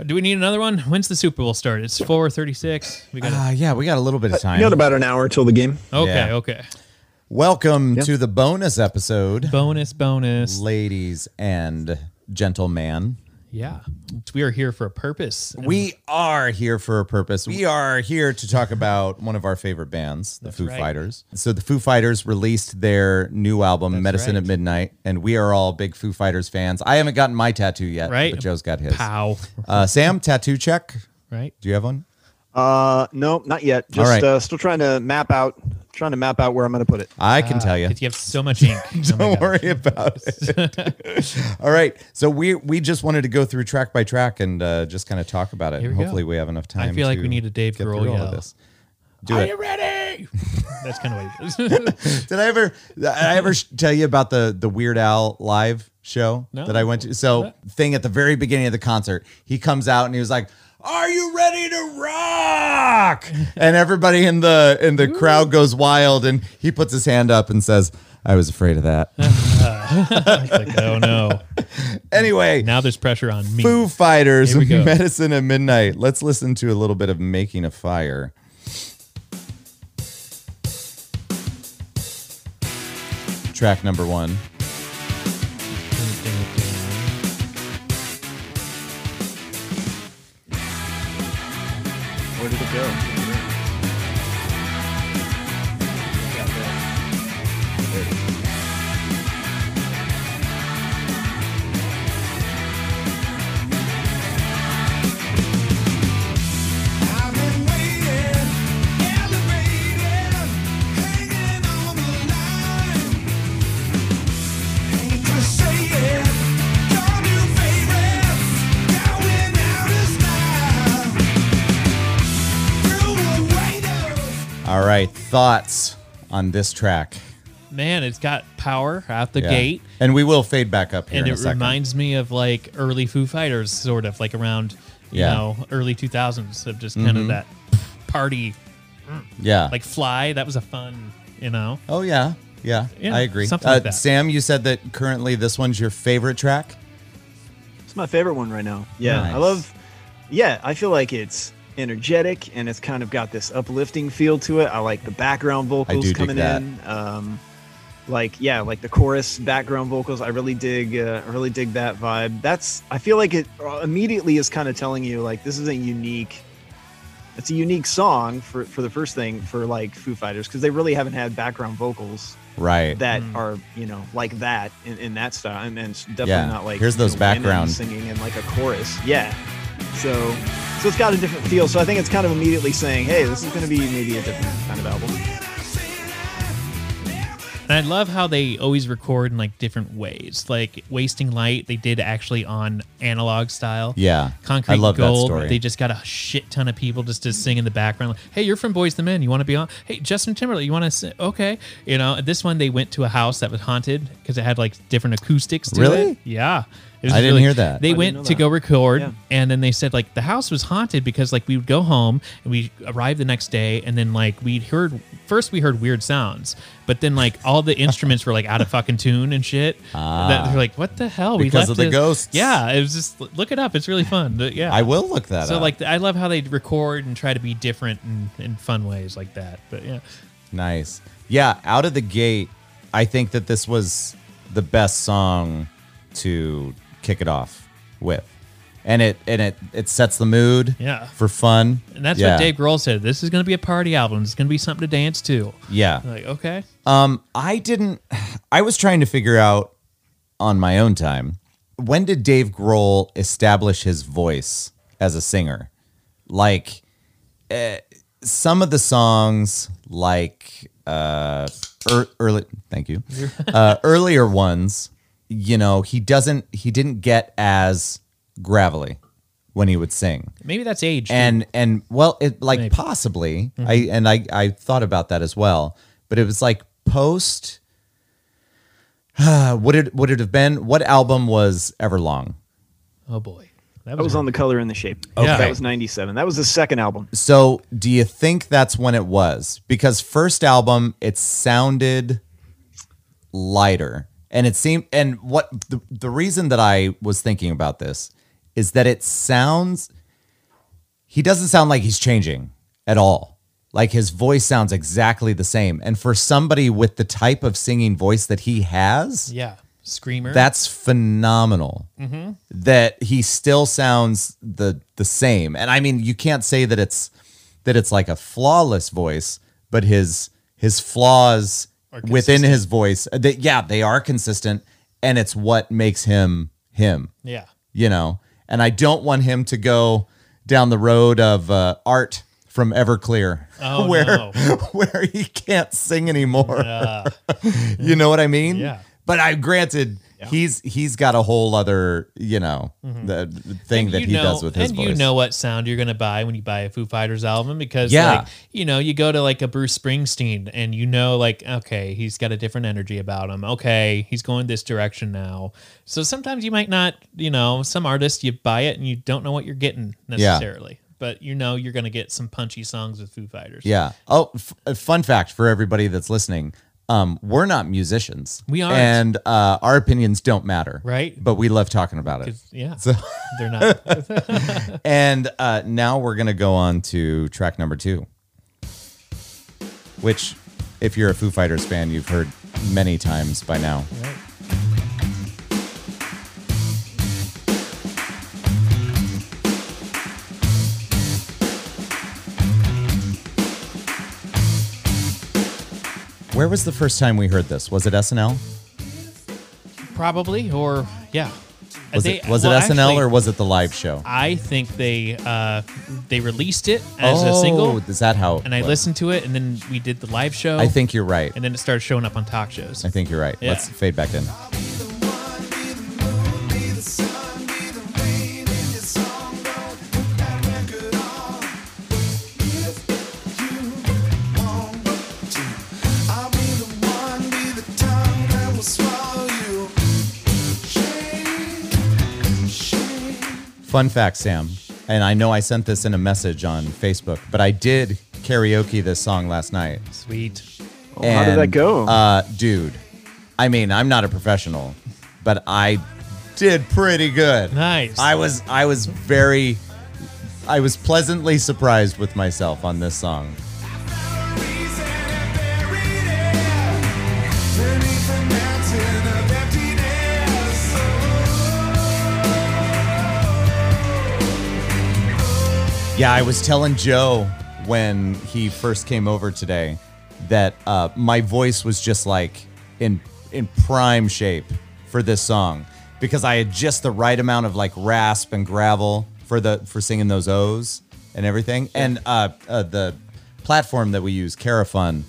Uh, Do we need another one? When's the Super Bowl start? It's four thirty-six. We got. Ah, yeah, we got a little bit of You time. got about an hour till the game. Okay, Ah. yeah. okay. Welcome to the bonus episode, Bonus, bonus. ladies and gentlemen. Yeah, we are here for a purpose. We are here for a purpose. We are here to talk about one of our favorite bands, the Foo right. Fighters. So the Foo Fighters released their new album, Medicine right. at Midnight, and we are all big Foo Fighters fans. I haven't gotten my tattoo yet, Right. but Joe's got his. Pow. Uh, Sam, tattoo check. Right. Do you have one? Uh, no, not yet. Just right. uh, still trying to map out, trying to map out where I'm going to put it. I Uh, can tell you. Because you have so much ink. Oh my Don't God. worry about it. All right. So we we just wanted to go through track by track and uh, just kind of talk about it. Here we go. Hopefully, we have enough time. I feel like to we need a Dave get through Grohl all yell. of this. Do Are it. you ready? That's kind of what it is. Did I ever did I ever sh- tell you about the the Weird Al live show No. that I went to? So thing at the very beginning of the concert, he comes out and he was like. Are you ready to rock? And everybody in the in the crowd goes wild, and he puts his hand up and says, "I was afraid of that." It's like, oh no. anyway, Now there's pressure on me. Foo Fighters, Here we go. Medicine at Midnight. Let's listen to a little bit of Making a Fire. Track number one. Where did it go? I've been waiting, elevating, hanging on the line. Hate to say it, your new favorite, going out of style. Through a waiter. All right, thoughts on this track? Man, it's got power out the Yeah. gate. And we will fade back up here and in a it second. reminds me of like early Foo Fighters, sort of like around you Yeah. Mm-hmm. know early two thousands of just kind of that party yeah. like Fly. That was a fun, you know. oh, yeah. Yeah, Yeah, I agree. Uh, something like that. Sam, you said that currently this one's your favorite track. It's my favorite one right now. Yeah, Nice. I love. Yeah, I feel like it's energetic and it's kind of got this uplifting feel to it. I like the background vocals dig coming that. in. Um, like yeah, like the chorus background vocals. I really dig. Uh, I really dig that vibe. That's. I feel like it uh, immediately is kind of telling you like this is a unique. It's a unique song for for the first thing for like Foo Fighters because they really haven't had background vocals Right. that are you know like that in, in that style and, and it's definitely Yeah. not like Here's you those know, women background- singing in like a chorus yeah so so it's got a different feel so i think it's kind of immediately saying hey this is going to be maybe a different kind of album And I love how they always record in like different ways. Like Wasting Light, they did actually on analog style. yeah. Concrete I love Gold. that story. They just got a shit ton of people just to sing in the background. Like, hey, you're from Boys the Men. You want to be on? Hey, Justin Timberlake. You want to sing? Okay. You know, this one they went to a house that was haunted because it had like different acoustics. To Really? It. Yeah. It was I didn't really- hear that. I They didn't went know to that. go record, Yeah. and then they said like the house was haunted because like we would go home and we arrived the next day, and then like we heard first we heard weird sounds, but then like all the instruments were like out of fucking tune and shit. That, they're like, what the hell? Ah. Because of the this- ghosts. Yeah, it was just look it up. It's really fun. The- Yeah, I will look that so up. like I love how they record and try to be different and in fun ways like that. But yeah, Nice. Yeah, out of the gate, I think that this was the best song to kick it off with. And it and it it sets the mood Yeah. for fun. and that's Yeah. what Dave Grohl said. This is going to be a party album. It's going to be something to dance to. Yeah. I'm like okay, Um I didn't I was trying to figure out on my own time when did Dave Grohl establish his voice as a singer? Like eh, some of the songs like uh ear- early thank you. Uh earlier ones, you know, he doesn't he didn't get as gravelly when he would sing maybe that's age. too. and and well it like Maybe. Mm-hmm. possibly i and i i thought about that as well but it was like post would it would it have been what album was everlong oh boy, that was on the color and the shape Okay. that was 97 that was the second album so do you think that's when it was because first album it sounded lighter and it seemed and what the, the reason that i was thinking about this is that it sounds he doesn't sound like he's changing at all. Like his voice sounds exactly the same. And for somebody with the type of singing voice that he has, Yeah. Screamer. that's phenomenal. That he still sounds the the same. And I mean, you can't say that it's that it's like a flawless voice, but his his flaws Are within consistent. his voice, uh, they, yeah, they are consistent, and it's what makes him him. yeah. You know, and I don't want him to go down the road of uh, art from Everclear, Oh, where no. where he can't sing anymore Uh, you know what I mean? Yeah. But I granted he's he's got a whole other you know the the thing that you he know- does with his Mm-hmm. and voice. you know what sound you're going to buy when you buy a Foo Fighters album because Yeah. like you know you go to like a Bruce Springsteen and you know like okay he's got a different energy about him okay he's going this direction now so sometimes you might not you know some artists you buy it and you don't know what you're getting necessarily but you know you're going to get some punchy songs with Foo Fighters yeah. Oh, f- a fun fact for everybody that's listening. Um, we're not musicians. We aren't. and uh, our opinions don't matter, Right. But we love talking about it. yeah they're not And uh, now we're gonna go on to track number two, which, if you're a Foo Fighters fan, you've heard many times by now. Where was the first time we heard this? Was it SNL? probably or yeah Was They- it was well, it SNL actually, or was it the live show? I think they uh, they released it as a single Oh, is that how? it and I was? listened to it, and then we did the live show. I think you're right. and then it started showing up on talk shows. I think you're right. Yeah. Let's fade back in. Fun fact, Sam, and I know I sent this in a message on Facebook, but I did karaoke this song last night. Sweet. how did that And, go? Uh, dude, I mean, I'm not a professional, but I did pretty good. Nice. I was I was very I was pleasantly surprised with myself on this song. Yeah, I was telling Joe when he first came over today that uh, my voice was just like in in prime shape for this song because I had just the right amount of like rasp and gravel for the for singing those O's and everything. And uh, uh, the platform that we use, Carafun,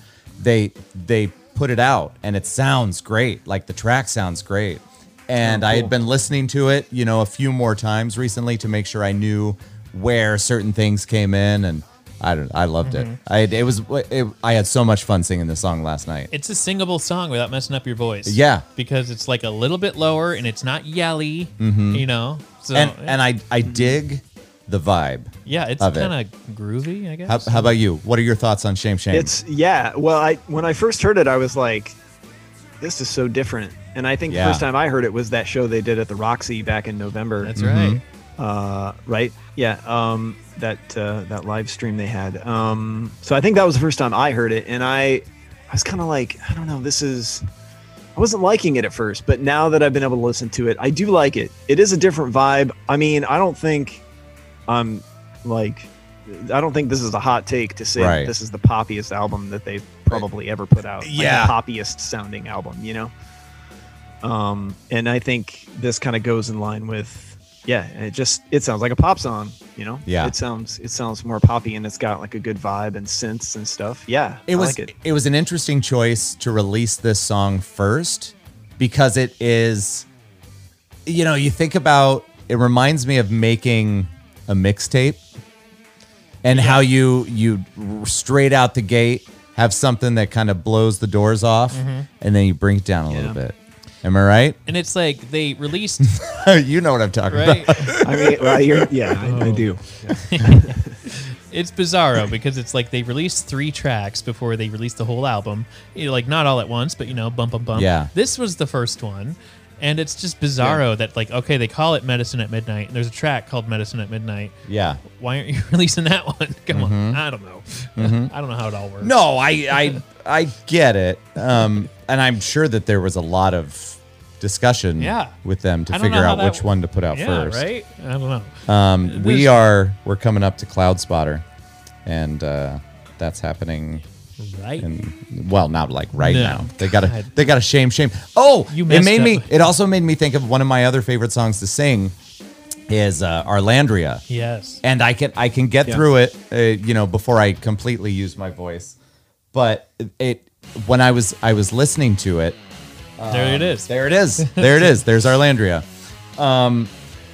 they they put it out and it sounds great. Like the track sounds great. And I had been listening to it, you know, a few more times recently to make sure I knew where certain things came in and I don't I loved it. I had- it was it, I had so much fun singing this song last night. It's a singable song without messing up your voice. Yeah. Because it's like a little bit lower and it's not yelly, you know? So, Mm-hmm. and and I I dig the vibe. yeah, it's of it. kind of groovy, I guess. How, how about you? What are your thoughts on Shame Shame? It's yeah. Well, I when I first heard it, I was like, "This is so different." And I think Yeah. the first time I heard it was that show they did at the Roxy back in November. That's right. mm-hmm. uh, right? Yeah, um, that uh, that live stream they had. Um, so I think that was the first time I heard it, and I, I was kind of like, I don't know, this is. I wasn't liking it at first, but now that I've been able to listen to it, I do like it. It is a different vibe. I mean, I don't think I'm like, I don't think this is a hot take to say that Right. this is the poppiest album that they've probably ever put out. Like the Yeah. poppiest sounding album, you know? um and i think this kind of goes in line with yeah it just it sounds like a pop song you know Yeah. it sounds it sounds more poppy and it's got like a good vibe and synths and stuff yeah it I was like it. it. was an interesting choice to release this song first because it is you know you think about it reminds me of making a mixtape and how you you straight out the gate have something that kind of blows the doors off and then you bring it down a little Mm-hmm. Yeah. bit am i right And it's like they released, you know what i'm talking right? about i mean well, you're, yeah I, I do it's bizarro because it's like they released three tracks before they released the whole album. You know, like not all at once, but you know, bump bump bump. Yeah. This was the first one. And it's just bizarro that like okay, they call it Medicine at Midnight. And there's a track called Medicine at Midnight. Yeah. Why aren't you releasing that one? Come on. I don't know. I don't know how it all works. Mm-hmm. No, I I I get it. Um, and I'm sure that there was a lot of discussion Yeah. with them to I don't figure know how out which that- one to put out yeah, first. right? I don't know. Um, we This- are we're coming up to Cloud Spotter, and uh, that's happening. right? In, well, not like right No. now. They got God. to they got to shame shame. Oh, You it messed made up. me. It also made me think of one of my other favorite songs to sing, is uh, Arlandria yes. and I can I can get Yeah. through it, uh, you know, before I completely use my voice. But it when I was I was listening to it, there it is. there it is, there it is. There's Arlandria. Um,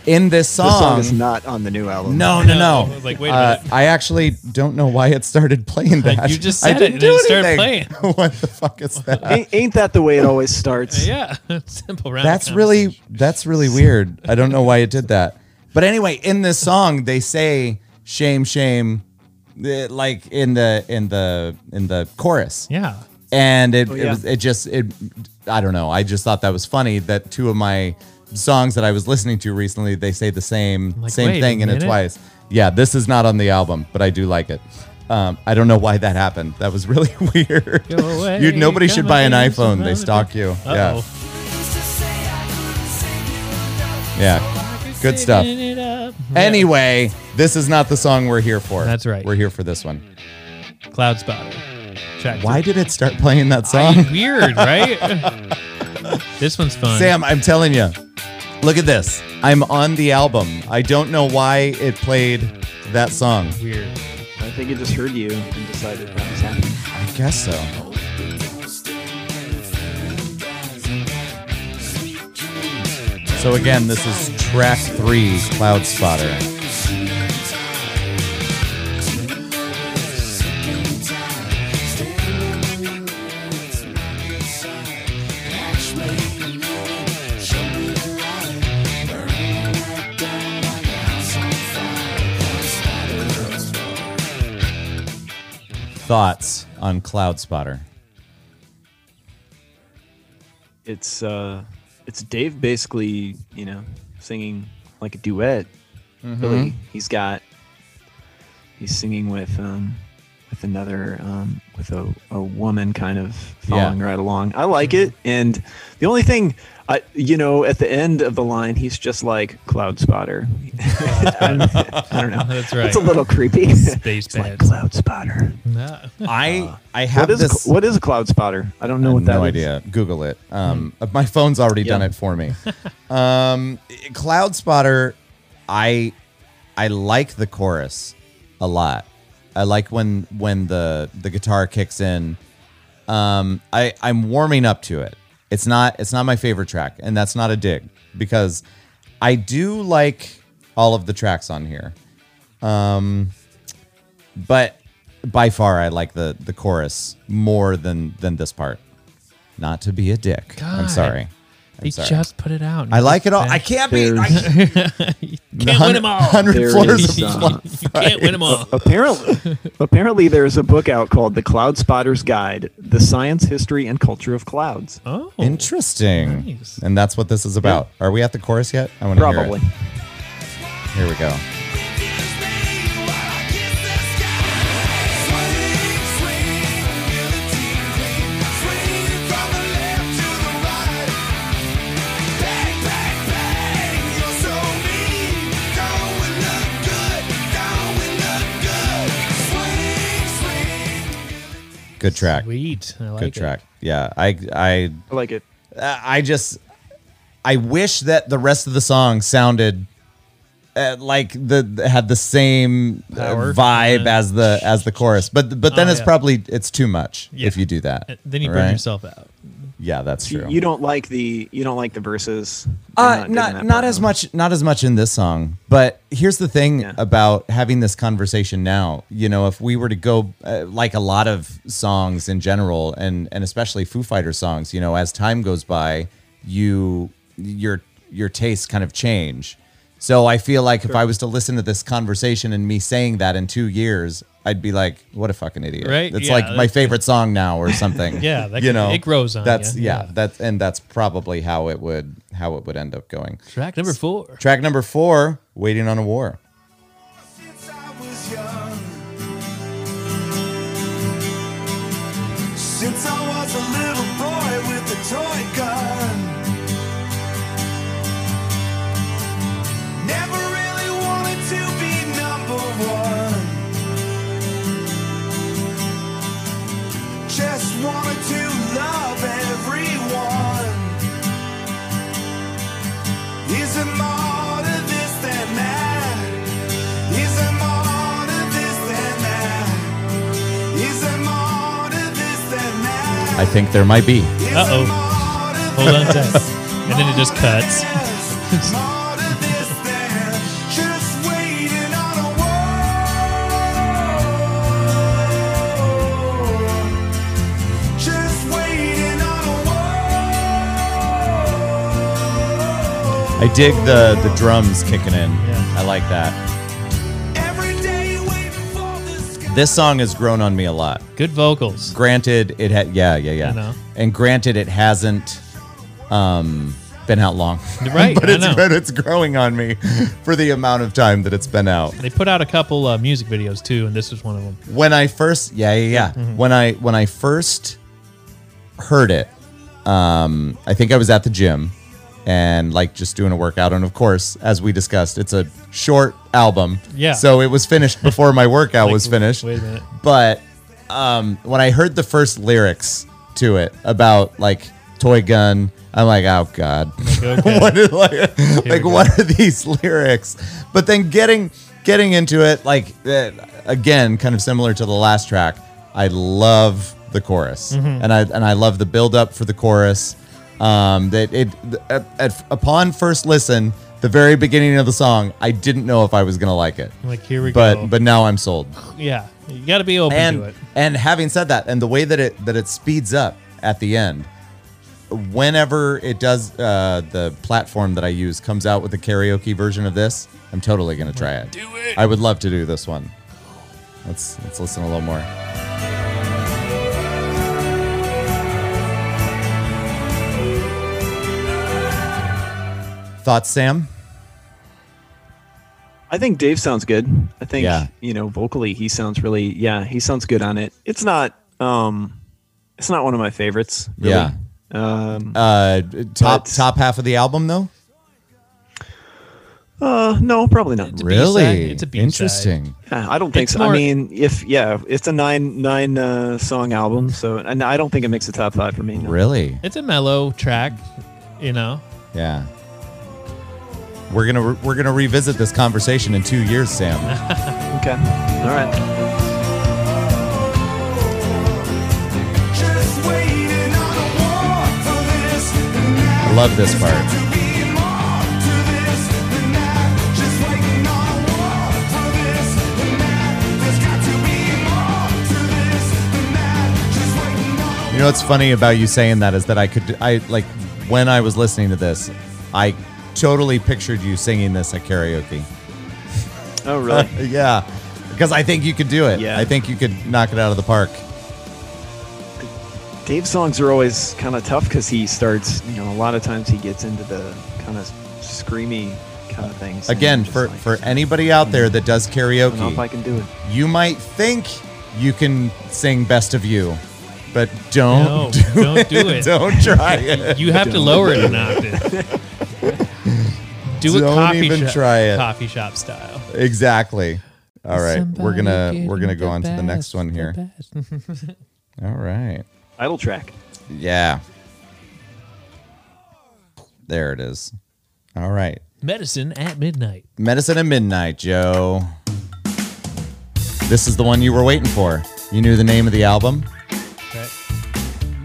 in this song, The song is not on the new album. Um, no, no, No, no. I was like, wait a Uh, minute. I actually don't know why it started playing Like, that. you just I said didn't it, do and it started anything. what the fuck is that? Ain't, ain't that the way it always starts? yeah. Simple round. That's really that's really weird. I don't know why it did that. But anyway, in this song they say shame shame eh, like in the in the in the chorus. Yeah. Oh, And it it, yeah. was, it just it I don't know. I just thought that was funny that two of my songs that I was listening to recently they say the same like, same wait thing a in it minute. twice. Yeah, this is not on the album, but I do like it. Um, I don't know why that happened. That was really weird. Go away, you nobody should come buy an away, iPhone. They somebody- stalk you. Yeah. Uh-oh. Yeah. Good stuff. Saving it up. Anyway, this is not the song we're here for. That's right. We're here for this one. Cloud Spotter. Check. Why did it start playing that I, song? weird, right? this one's fun. Sam, I'm telling you. Look at this. I'm on the album. I don't know why it played that song. Weird. I think it just heard you and decided that was happening. I guess so. So again, this is track three, Cloud Spotter. Thoughts on Cloud Spotter? It's uh, it's Dave basically, you know, singing like a duet. Mm-hmm. Really, he's got he's singing with um, with another um, with a, a woman kind of following Yeah. right along. I like it, Mm-hmm. and the only thing. I, you know, at the end of the line, he's just like cloud spotter. I don't know. That's right. It's a little creepy. Space It's like pads. cloud spotter. No. I I have What is this. what is a cloud spotter? I don't know what that no is. idea. Google it. Um, My phone's already done Yeah. it for me. um, Cloud Spotter, I I like the chorus a lot. I like when when the the guitar kicks in. Um, I I'm warming up to it. It's not it's not my favorite track, and that's not a dig because I do like all of the tracks on here. Um, but by far, I like the the chorus more than than this part. Not to be a dick. I'm God. sorry. I'm He sorry. just put it out. I like it all. I can't be. I, There's- Can't win 'em all. Hundred There floors is, of uh, Flo- You can't win them all. apparently, apparently there's a book out called The Cloud Spotter's Guide: The Science, History, and Culture of Clouds. Oh. Interesting. Nice. And that's what this is about. Are we at the chorus yet? I want to hear Probably. it. Here we go. Good track. Sweet. I like Good it. track. Yeah. I I I like it. uh, I just I wish that the rest of the song sounded uh, like the had the same uh, Power. vibe Yeah. as the as the chorus, but but then Oh, it's yeah. probably it's too much Yeah. if you do that. Then you burn right? yourself out. Yeah, that's true. You don't like the you don't like the verses. You're Uh, digging not that not, part as of it. much not as much in this song. But here's the thing Yeah. about having this conversation now. You know, if we were to go uh, like a lot of songs in general, and and especially Foo Fighter songs, you know, as time goes by, you your your tastes kind of change. So I feel like if I was to listen to this conversation and me saying that in two years, I'd be like, "What a fucking idiot!" Right? It's Yeah, like my that's- favorite song now or something. Yeah, that can- it grows on That's ya, yeah, yeah. That's and that's probably how it would how it would end up going. Track number four. Track number four, "Waiting on a War." Since I was young, since I was a little boy with a toy gun, never really wanted to be number one. Just wanted to love everyone. Isn't more to this than that? Is there more to this than that? Is there more to this than that? I think there might be. Is there Uh-oh. more to Hold on a this? sec. And then it just More to cuts. this? More to this than just waiting on a war. Just waiting on a war. I dig the the drums kicking in. Yeah. I like that. Every day waiting for this. This song has grown on me a lot. Good vocals. Granted, it had yeah yeah yeah, I know. and granted, it hasn't um been out long. Right, but I it's know. but it's growing on me for the amount of time that it's been out. They put out a couple uh, music videos too, and this was one of them. When I first yeah yeah yeah Mm-hmm. when I when I first heard it, um, I think I was at the gym and like just doing a workout, and of course, as we discussed, it's a short album. Yeah. So it was finished before my workout Like, was finished. Wait a minute. but um, when I heard the first lyrics to it about like toy gun, I'm like, oh god, okay. what is like, we like go. what are these lyrics? But then getting getting into it, like uh, again, kind of similar to the last track, I love the chorus, Mm-hmm. and I and I love the build up for the chorus. Um, that it at, at, upon first listen, the very beginning of the song, I didn't know if I was gonna like it, Like here we but go. but now I'm sold yeah, you got to be open to and it. and having said that, and the way that it that it speeds up at the end, whenever it does, uh, the platform that I use comes out with a karaoke version of this. I'm totally gonna try it. Do it. I would love to do this one. Let's let's listen a little more. Thoughts, Sam? I think Dave sounds good. I think Yeah. you know vocally he sounds really yeah he sounds good on it. It's not um it's not one of my favorites. Really. Yeah. Um, Uh, top But- top half of the album though. uh, no, probably not. B-side. It's a B-side. interesting. Yeah, I don't think It's so. more- I mean, if yeah, it's a nine nine uh, song album, so and I don't think it makes the top five for me. no. Really? It's a mellow track, you know. Yeah. We're gonna re- we're gonna revisit this conversation in two years, Sam. Okay, all right. Just waiting on a war for this. and that. I love this part. To be more to this than that. Just waiting on a war for this and that. There's got to be more to this than that. Just waiting on a You know what's funny about you saying that is that I could I like when I was listening to this, I totally pictured you singing this at karaoke. Oh really? yeah, because I think you could do it. Yeah. I think you could knock it out of the park. Dave's songs are always kind of tough because he starts. You know, a lot of times he gets into the kind of screamy kind of things. and Again, I'm just for like, for anybody out there that does I don't know if I karaoke, can do it. you might think you can sing "Best of You," but don't No, do don't it. do it. don't try it. You have to lower it an octave. Do it Don't coffee even shop, try it. coffee shop style. Exactly. All right, we're gonna Somebody we're gonna give go me on to the next best, one here. best. All right. Idle track. Yeah. There it is. All right. Medicine at midnight. Medicine at Midnight, Joe. This is the one you were waiting for. You knew the name of the album. Right.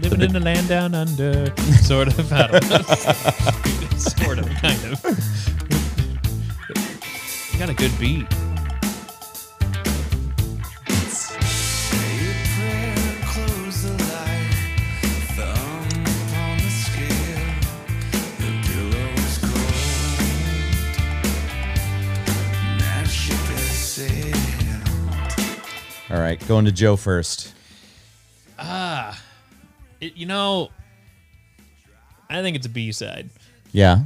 Living in the land down under, sort of. I don't know. sort of, kind of. You got a good beat. All right, going to Joe first. It, you know, I think it's a B side. Yeah.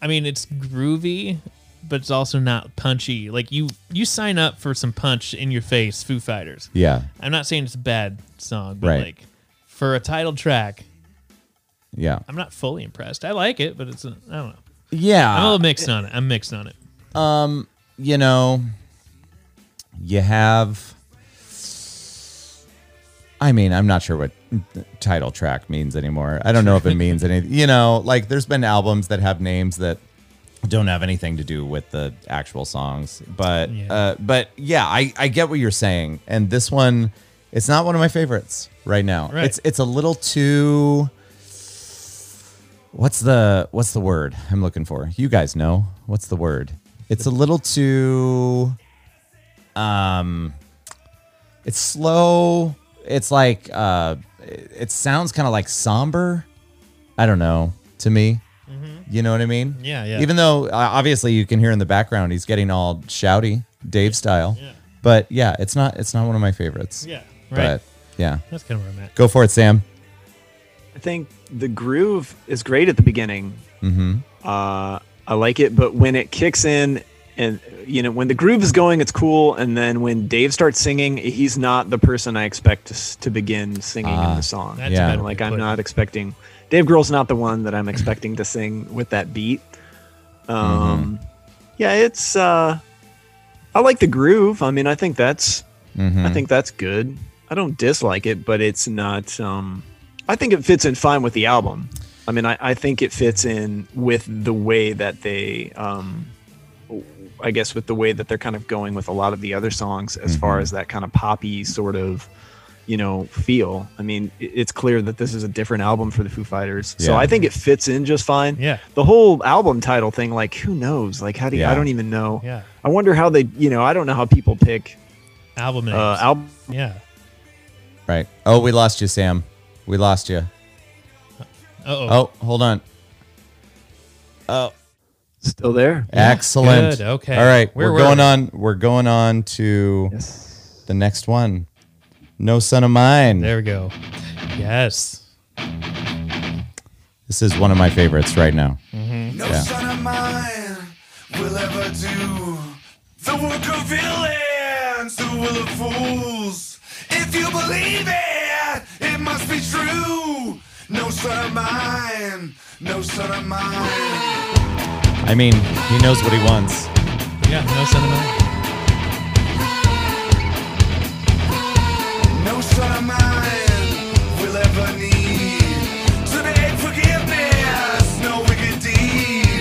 I mean, it's groovy, but it's also not punchy. Like you, you sign up for some punch in your face, Foo Fighters. Yeah. I'm not saying it's a bad song, but Right. like for a title track, Yeah. I'm not fully impressed. I like it, but it's I I don't know. I'm a Uh, Yeah. little mixed on it. I'm mixed on it. you know, you have. I mean, I'm not sure what title track means anymore. I don't know if it means anything. You know, like there's been albums that have names that don't have anything to do with the actual songs. But Yeah. uh, but yeah, I, I get what you're saying. And this one, it's not one of my favorites right now. Right. It's it's a little too. What's the what's the word I'm looking for? You guys know what's the word? It's a little too. Um, it's slow. It's like uh, it it sounds kind of like somber. I don't know to me. You know what I mean? Mm-hmm. Yeah, yeah. Even though uh, obviously you can hear in the background he's getting all shouty, Dave style. yeah. But yeah, it's not it's not one of my favorites. Yeah, right. But yeah, That's kind of where I'm at. go for it, Sam. I think the groove is great at the beginning. Mm-hmm. Uh, I like it, but when it kicks in, and you know when the groove is going, it's cool. And then when Dave starts singing, he's not the person I expect to, s- to begin singing in the song. That's Yeah. yeah, better like I'm not expecting. Dave Grohl's not the one that I'm expecting to sing with that beat. Um, yeah, it's. Uh, I like the groove. I mean, I think that's. Hmm. I think that's good. I don't dislike it, but it's not. Um, I think it fits in fine with the album. I mean, I, I think it fits in with the way that they, um, I guess, with the way that they're kind of going with a lot of the other songs as Mm-hmm. far as that kind of poppy sort of, you know, feel. I mean, it- it's clear that this is a different album for the Foo Fighters. So Yeah. I think it fits in just fine. Yeah. The whole album title thing, like, who knows? Like, how do you, Yeah. I don't even know. Yeah. I wonder how they, you know, I don't know how people pick Album names. uh, album yeah. Right. Oh, we lost you, Sam. We lost you. Uh-oh. Oh, hold on. still there. Excellent. Good, okay. All right. Where we're were going we? on. We're going on to Yes. the next one. No son of mine. There we go. Yes. This is one of my favorites right now. No Yeah. son of mine will ever do the work of villains, the will of fools. If you believe it, it must be true. No son of mine, no son of mine. I mean, he knows what he wants. Yeah, no sentiment. No son of mine will ever need to beg forgiveness. No wicked deed.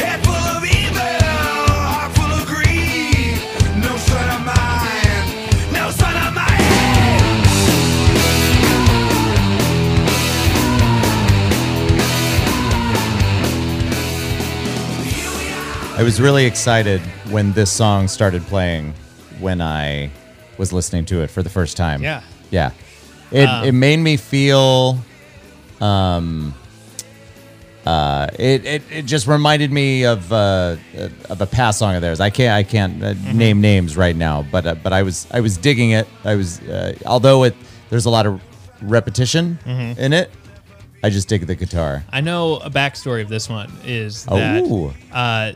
Head full of evil, heart full of greed. No son of mine. No son of mine. I was really excited when this song started playing when I was listening to it for the first time. Yeah. Yeah. It, Um, it made me feel um uh it, it, it just reminded me of uh of a past song of theirs. I can't I can't uh, Mm-hmm. name names right now, but uh, but I was I was digging it. I was uh, although it there's a lot of repetition Mm-hmm. in it. I just dig the guitar. I know a backstory of this one is Oh. that uh,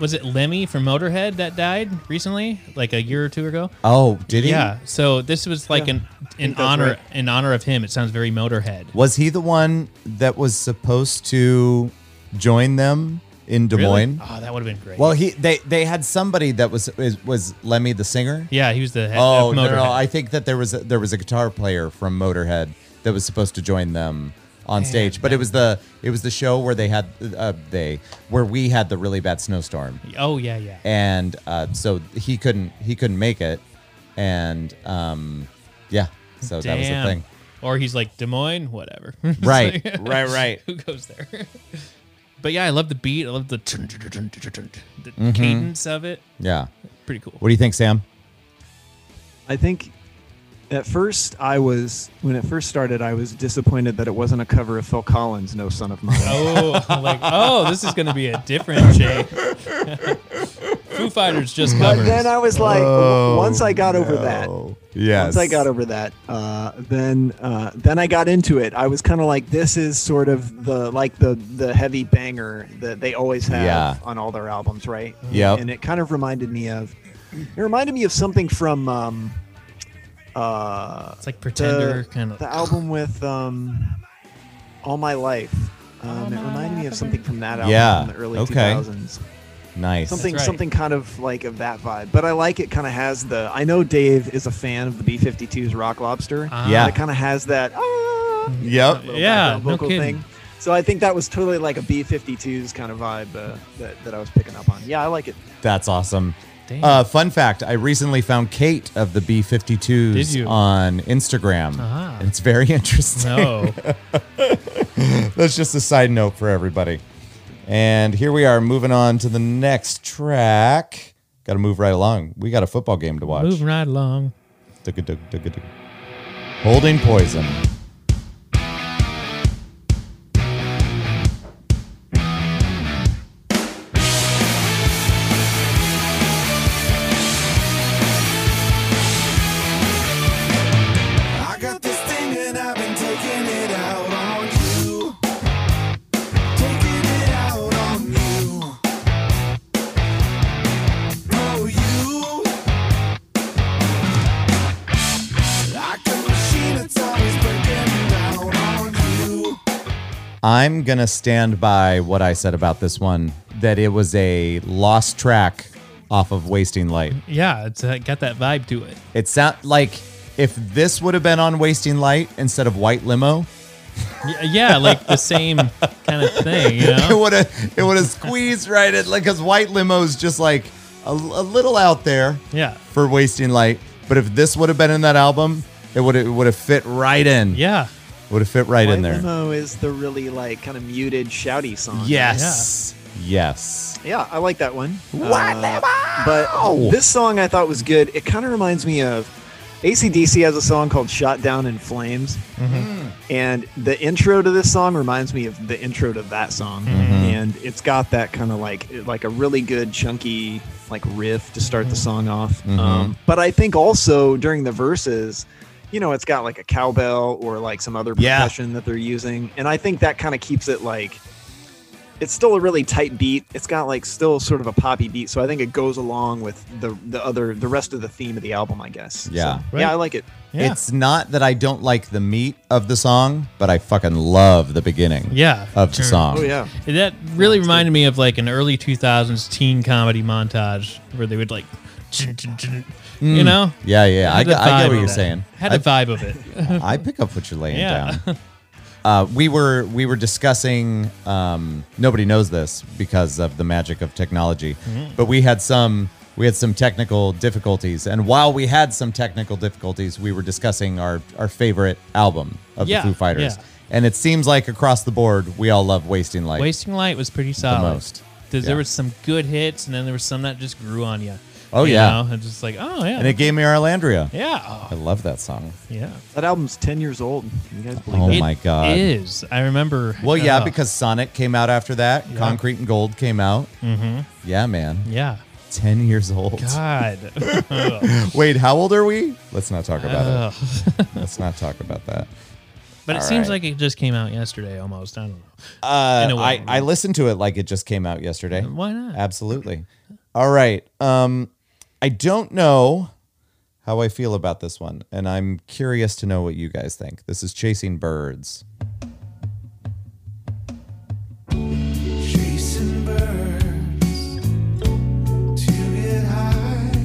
was it Lemmy from Motorhead that died recently, like a year or two ago? Oh, did he? Yeah. So this was like Yeah, an in that's honor right. in honor of him. It sounds very Motorhead. Was he the one that was supposed to join them in Des Really? Moines? Oh, that would have been great. Well, he they they had somebody that was is, was Lemmy the singer. yeah, he was the head Oh of no, Motorhead. no, no, I think that there was a, there was a guitar player from Motorhead that was supposed to join them on stage, but it was the it was the show where they had uh, they where we had the really bad snowstorm, oh yeah, yeah. and uh, so he couldn't he couldn't make it, and um, yeah, so that was the Damn. thing. Or he's like Des Moines, whatever. It's Right, like- right, right. Who goes there? but yeah, I love the beat. I love the tun- tun- tun- tun- tun- tun- the cadence of it. Yeah, Pretty cool. what do you think, Sam? I think at first I was when it first started I was disappointed that it wasn't a cover of Phil Collins No Son of Mine. Oh, I'm like oh, this is gonna be a different Jay. Foo Fighters just But covers. then I was Mm. like, w- once I got over that, Oh, Yes. once I got over that, uh, then uh, then I got into it. I was kind of like, this is sort of the like the the heavy banger that they always have Yeah. on all their albums, right? Yep. And it kind of reminded me of, it reminded me of something from, um, uh, it's like Pretender the, kind of. the album with um, All My Life. Um, it My reminded me Life. of something from that album Yeah, from the early okay. 2000s. Nice. Something right. something kind of like of that vibe. But I like it kind of has the I know Dave is a fan of the B52's Rock Lobster. Ah, Mm-hmm. Yeah. It kind of has that ah, Yep. little Yeah, background no vocal kidding. thing. So I think that was totally like a B52's kind of vibe uh, that, that I was picking up on. Yeah, I like it. That's awesome. Damn. Uh, fun fact I recently found Kate of the Did B52s you? on Instagram. Uh-huh. Ah. It's very interesting. No. That's just a side note for everybody. And here we are moving on to the next track. Got to move right along. We got a football game to watch. Moving right along. Dugga-dug, dugga-dug. Holding poison. I got this thing and I've been taking it out on you. Taking it out on you. Oh, you. Like a machine that's always breaking down on you. I'm going to stand by what I said about this one that it was a lost track off of Wasting Light. Yeah, it's uh, got that vibe to it. It sound like if this would have been on Wasting Light instead of White Limo, Y- Yeah, like the same kind of thing, you it know? would have it would have squeezed right at like because White Limo's just like a, a little out there Yeah. for Wasting Light. But if this would have been in that album, it would it would have fit right in. Yeah. would have fit right in White there. Limo is the really like kind of muted shouty song. Yes, yes. Yeah, I like that one. White But this song I thought was good. It kind of reminds me of ACDC has a song called Shot Down in Flames. And the intro to this song reminds me of the intro to that song. And it's got that kind of like like a really good chunky like riff to start the song off. Um, but I think also during the verses, you know, it's got like a cowbell or like some other Yeah. percussion that they're using. And I think that kind of keeps it like it's still a really tight beat. It's got like still sort of a poppy beat, so I think it goes along with the the other the rest of the theme of the album, I guess. Yeah. So, Right. yeah, I like it. Yeah. It's not that I don't like the meat of the song, but I fucking love the beginning. Yeah. Of the Sure. song. Oh yeah, That really reminded me of like an early 2000s teen comedy montage where they would like, chin, chin, Mm. chin, you know? Yeah, yeah. I, Had get- the vibe I get what of you're it. saying. Had a vibe of it. I pick up what you're laying Yeah. down. Uh, we were we were discussing. Um, nobody knows this because of the magic of technology, Mm. but we had some we had some technical difficulties, and while we had some technical difficulties, we were discussing our our favorite album of Yeah, the Foo Fighters, yeah. and it seems like across the board we all love Wasting Light. Wasting Light was pretty solid. most. There, there Yeah. was some good hits, and then there was some that just grew on you. Oh, You yeah. know? And just like, oh yeah, and it gave me Arlandria. yeah, I oh, love that song. yeah. that album's ten years old. Can you guys believe Oh that? It my God. is. I remember. Well, yeah, uh, because Sonic came out after that. Yeah. Concrete and Gold came out. mhm. Yeah, man. yeah. Ten years old. God. Wait, how old are we? Let's not talk about it. Ugh. Let's not talk about that. But it All seems right. like it just came out yesterday almost. I don't know. Uh, In a I, way. I listened to it like it just came out yesterday. Why not? Absolutely. All right. Um, I don't know how I feel about this one, and I'm curious to know what you guys think. This is Chasing Birds. Chasing birds to get high.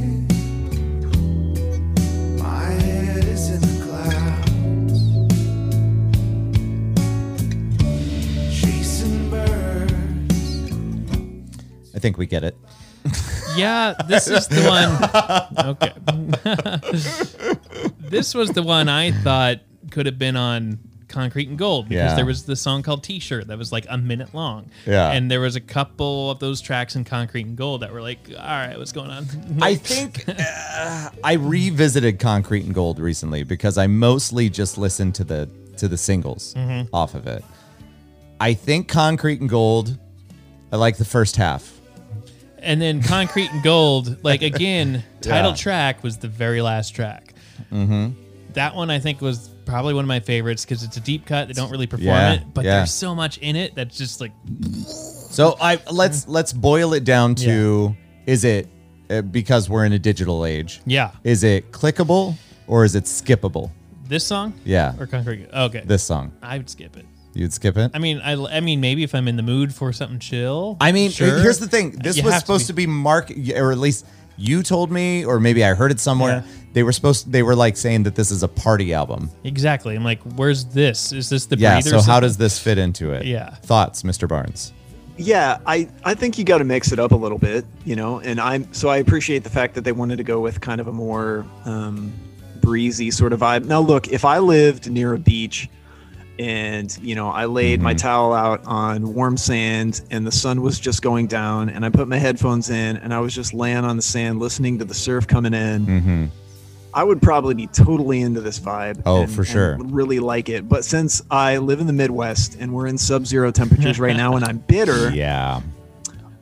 My head is in the clouds. Chasing birds. I think we get it. Yeah, this is the one. Okay. this was the one I thought could have been on Concrete and Gold because Yeah. there was the song called T-shirt that was like a minute long. Yeah. And there was a couple of those tracks in Concrete and Gold that were like, all right, what's going on? I think uh, I revisited Concrete and Gold recently because I mostly just listened to the to the singles Mm-hmm. off of it. I think Concrete and Gold. I like the first half. And then Concrete and Gold, like again, title Yeah. track was the very last track. Mm-hmm. That one I think was probably one of my favorites because it's a deep cut. They don't really perform Yeah, it, but yeah. there's so much in it that's just like So I Mm-hmm. let's let's boil it down to is it uh, because we're in a digital age? Yeah. Is it clickable or is it skippable? this song. Yeah. Or Concrete. Okay. This song. I would skip it. You'd skip it? I mean, I, I mean, maybe if I'm in the mood for something chill. I mean, sure. Uh, here's the thing. This You was have to supposed be- to be, mark or at least you told me or maybe I heard it somewhere. Yeah. They were supposed they were like saying that this is a party album. Exactly. I'm like, where's this? Is this the Yeah, breather? so how song? does this fit into it? Yeah. Thoughts, Mr. Barnes? yeah i i think you got to mix it up a little bit you know and i'm so i appreciate the fact that they wanted to go with kind of a more um breezy sort of vibe now look if i lived near a beach and you know i laid Mm-hmm. my towel out on warm sand and the sun was just going down and i put my headphones in and i was just laying on the sand listening to the surf coming in Mm-hmm. I would probably be totally into this vibe. Oh, and- for and sure. really like it. But since I live in the Midwest and we're in sub-zero temperatures right now, and I'm bitter, Yeah.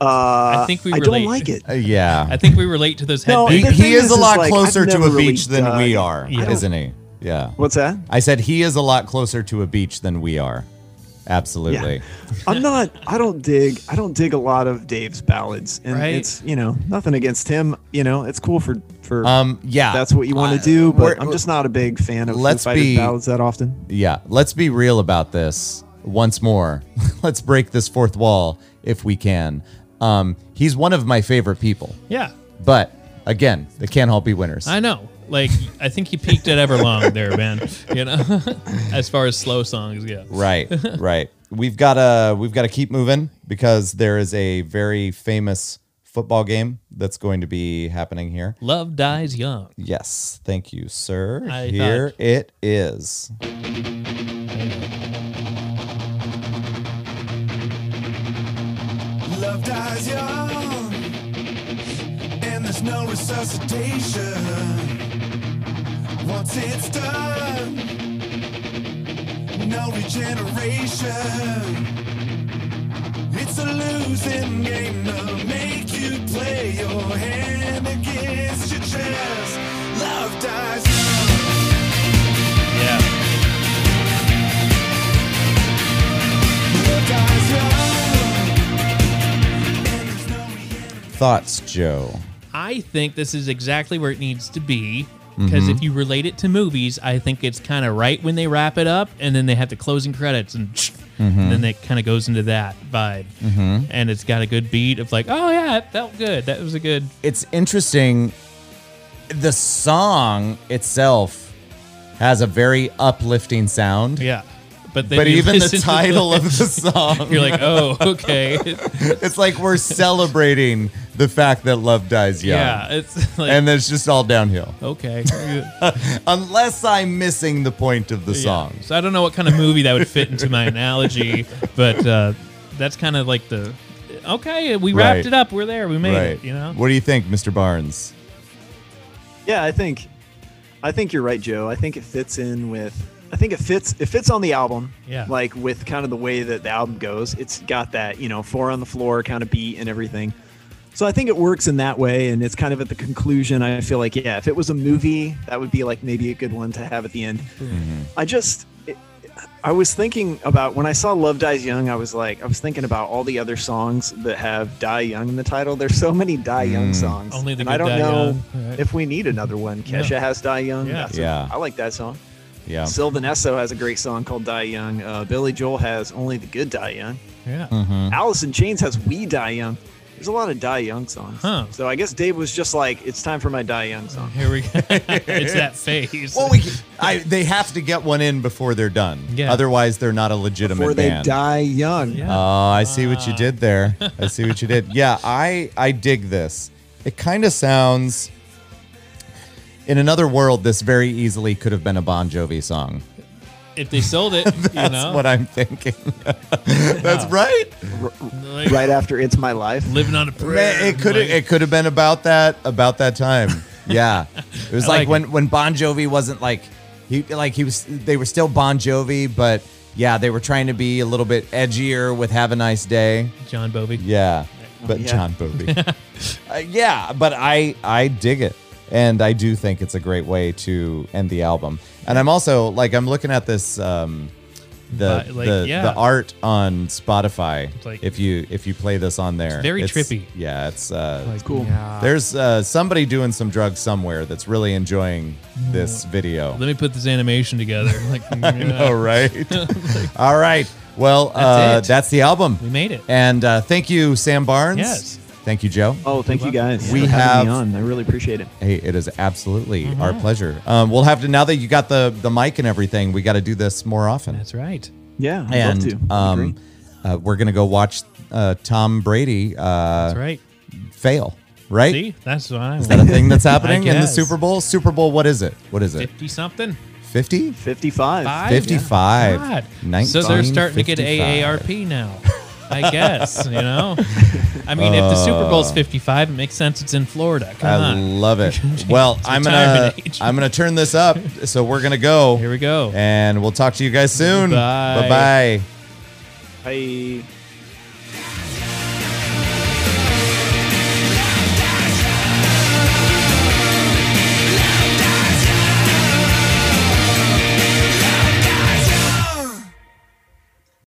uh, I think we I don't relate. like it. Uh, yeah. I think we relate to those No, headbangs. he the he thing is, is, a is lot like, I've closer to never a really beach than dug- we are, Yeah. isn't he? Yeah. What's that? I said he is a lot closer to a beach than we are. Absolutely. I'm not. I don't dig. I don't dig a lot of Dave's ballads, and Right. it's you know nothing against him. You know it's cool for for Um yeah. that's what you want I- to do. we're- But I'm just not a big fan of Foo Let's Fighters be- ballads that often. yeah, let's be real about this once more. let's break this fourth wall if we can. Um he's one of my favorite people. yeah, But again, they can't all be winners. I know. Like, I think he peaked at Everlong there, man. You know, as far as slow songs go. Right, right. We've got to we've got to keep moving because there is a very famous football game that's going to be happening here. Love dies young. Yes, thank you, sir. I here thought- it is. Love dies young, and there's no resuscitation. Once it's done, no regeneration. It's a losing game to make you play your hand against your chest. Love dies young. Yeah. Love dies young, and there's no reanimation. Thoughts, Joe? I think this is exactly where it needs to be. Because Mm-hmm. if you relate it to movies, I think it's kind of right when they wrap it up and then they have the closing credits and, and Mm-hmm. then it kind of goes into that vibe. And it's got a good beat of like, oh, yeah, it felt good. That was a good. It's interesting. The song itself has a very uplifting sound, Yeah. But, then but you even the listen to title of the song, You're like, oh, okay. it's like we're celebrating the fact that love dies young. yeah. It's like, And it's just all downhill, okay. unless I'm missing the point of the Yeah. song. So I don't know what kind of movie that would fit into my analogy, but uh, that's kind of like the okay. We wrapped Right. it up. We're there. We made Right? it. You know. What do you think, Mr. Barnes? Yeah, I think, I think you're right, Joe. I think it fits in with. I think it fits. It fits on the album. Yeah. Like with kind of the way that the album goes, it's got that you know four on the floor kind of beat and everything. So I think it works in that way, and it's kind of at the conclusion. I feel like yeah, if it was a movie, that would be like maybe a good one to have at the end. I just. It, I was thinking about when I saw Love Dies Young, I was like, I was thinking about all the other songs that have Die Young in the title. There's so many Die Young songs. Only the and good I don't Die know Young. Right. if we need another one. Kesha Yeah. has Die Young. Yeah. That's Yeah. A, I like that song. Yeah. Sylvan Esso has a great song called Die Young. Uh, Billy Joel has Only the Good Die Young. Yeah. Mm. Alice in Chains has We Die Young. There's a lot of Die Young songs. Huh. So I guess Dave was just like, it's time for my Die Young song. Here we go. it's that phase. Well, we, I, they have to get one in before they're done. Yeah. Otherwise, they're not a legitimate Before they band. die young. Yeah. Oh, I see what you did there. I see what you did. Yeah, I I dig this. It kind of sounds. In another world, this very easily could have been a Bon Jovi song. if they sold it, you That's know, what I'm thinking. That's right. like, Right after It's My Life. living on a prayer. Man, it could have like, it could have been about that about that time. Yeah, it was I like, like when when Bon Jovi wasn't like he like he was they were still Bon Jovi, but yeah, they were trying to be a little bit edgier with Have a Nice Day. John Bovey. Yeah, but Yeah. John Bovey. Uh, yeah, but I I dig it, and I do think it's a great way to end the album. And I'm also like I'm looking at this um, the But, like, the, yeah. the art on Spotify. like- if you if you play this on there, very trippy. Yeah, it's uh, Like, cool. yeah. there's uh, somebody doing some drugs somewhere that's really enjoying this video. Let me put this animation together. Like, All right, all right. Well, uh, That's it. that's the album. we made it. And uh, thank you, Sam Barnes. Yes. Thank you, Joe. Oh, thank you guys. We for having me have- on. I really appreciate it. Hey, it is absolutely our Uh-huh. pleasure. Um, we'll have to now that you got the the mic and everything, we got to do this more often. That's right. Yeah, I'd love and to. um, uh, we're gonna go watch uh, Tom Brady uh, That's right. fail. Right? See, that's what I Is that a want. thing that's happening in the guess. Super Bowl? Super Bowl, what is it? What is it? Fifty something. 50? Fifty-five. Five? 55. God. So they're starting to get 1955. AARP now. I guess, you know? I mean, if the Super Bowl's 55, it makes sense it's in Florida. Come Uh. I on. love it. Well, I'm gonna retirement age. I'm gonna turn this up. So we're gonna go. Here we go. And we'll talk to you guys soon. Bye. Bye bye. Hey.